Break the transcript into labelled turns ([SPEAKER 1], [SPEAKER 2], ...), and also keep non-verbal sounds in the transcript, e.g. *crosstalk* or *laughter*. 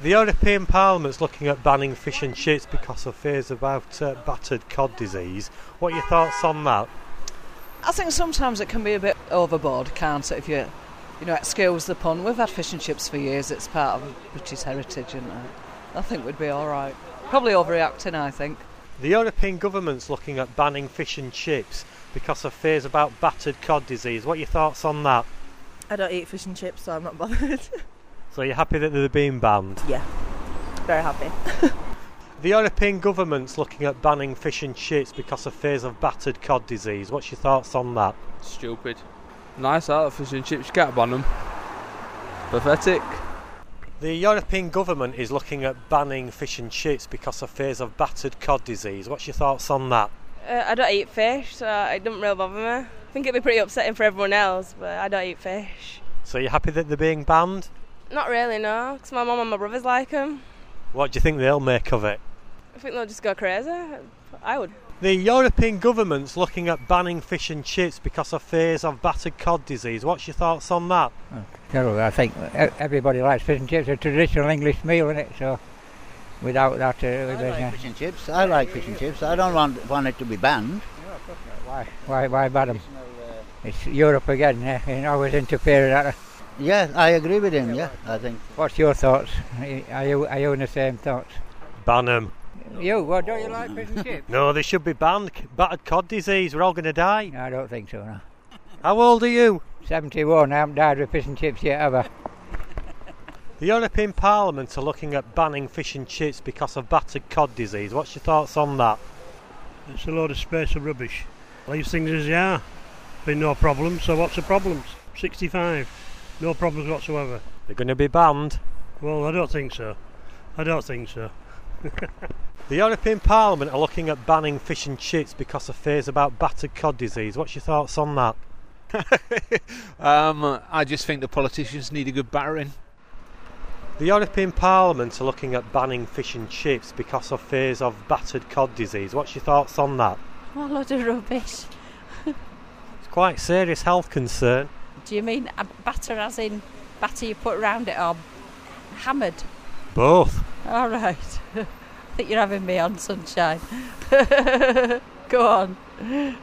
[SPEAKER 1] The European Parliament's looking at banning fish and chips because of fears about uh, battered cod disease. What are your thoughts on that?
[SPEAKER 2] I think sometimes it can be a bit overboard, can't it? If you, you know, excuse the pun. We've had fish and chips for years. It's part of British heritage, and I think we'd be all right. Probably overreacting, I think.
[SPEAKER 1] The European government's looking at banning fish and chips because of fears about battered cod disease. What are your thoughts on that?
[SPEAKER 3] I don't eat fish and chips, so I'm not *laughs* bothered.
[SPEAKER 1] So you're happy that they're being banned?
[SPEAKER 3] yeah, very happy.
[SPEAKER 1] The European government's looking at banning fish and chips because of fears of battered cod disease. What's your thoughts on that?
[SPEAKER 4] Stupid. Nice out of fish and chips, you can't ban 'em. Pathetic.
[SPEAKER 1] The European government is looking at banning fish and chips because of fears of battered cod disease. What's your thoughts on that?
[SPEAKER 5] Uh, I don't eat fish, so it doesn't really bother me. I think it'd be pretty upsetting for everyone else, but I don't eat fish.
[SPEAKER 1] So you're happy that they're being banned?
[SPEAKER 5] Not really, no, because my mum and my brothers like them.
[SPEAKER 1] What do you think they'll make of it?
[SPEAKER 5] I think they'll just go crazy. I would.
[SPEAKER 1] The European government's looking at banning fish and chips because of fears of battered cod disease. What's your thoughts on that?
[SPEAKER 6] No, I think e- everybody likes fish and chips. It's a traditional English meal, isn't it? So without that, uh,
[SPEAKER 7] I
[SPEAKER 6] there's
[SPEAKER 7] like
[SPEAKER 6] no-
[SPEAKER 7] fish and chips. I like fish and chips. I don't want, want it to be banned.
[SPEAKER 6] why, why, why ban 'em?
[SPEAKER 7] uh,
[SPEAKER 6] It's Europe again. eh, You know, always interfering. At,
[SPEAKER 7] Yeah, I agree with him. Yeah, I think.
[SPEAKER 6] what's your thoughts? Are you, are you in the same thoughts?
[SPEAKER 1] Ban 'em.
[SPEAKER 6] You, well, don't you like fish and
[SPEAKER 7] *laughs*
[SPEAKER 6] chips?
[SPEAKER 1] No, they should be banned. C- Battered cod disease, we're all going to die.
[SPEAKER 6] No, I don't think so. No.
[SPEAKER 1] How old are you?
[SPEAKER 6] 71. I haven't died with fish and chips yet, have I?
[SPEAKER 1] The European Parliament are looking at banning fish and chips because of battered cod disease. What's your thoughts on that?
[SPEAKER 8] It's a load of space and rubbish. Leave things as they are. Been no problem, so what's the problems? 65. No problems whatsoever.
[SPEAKER 1] They're going to be banned.
[SPEAKER 8] Well, I don't think so. I don't think so.
[SPEAKER 1] The European Parliament are looking at banning fish and chips because of fears about battered cod disease. What's your thoughts on that?
[SPEAKER 9] *laughs* Um, I just think the politicians need a good battering.
[SPEAKER 1] The European Parliament are looking at banning fish and chips because of fears of battered cod disease. What's your thoughts on that?
[SPEAKER 10] What a load of rubbish.
[SPEAKER 1] It's quite serious health concern.
[SPEAKER 10] Do you mean a batter as in batter you put round it or hammered?
[SPEAKER 1] Both.
[SPEAKER 10] All right. *laughs* I think you're having me on, sunshine. Go on.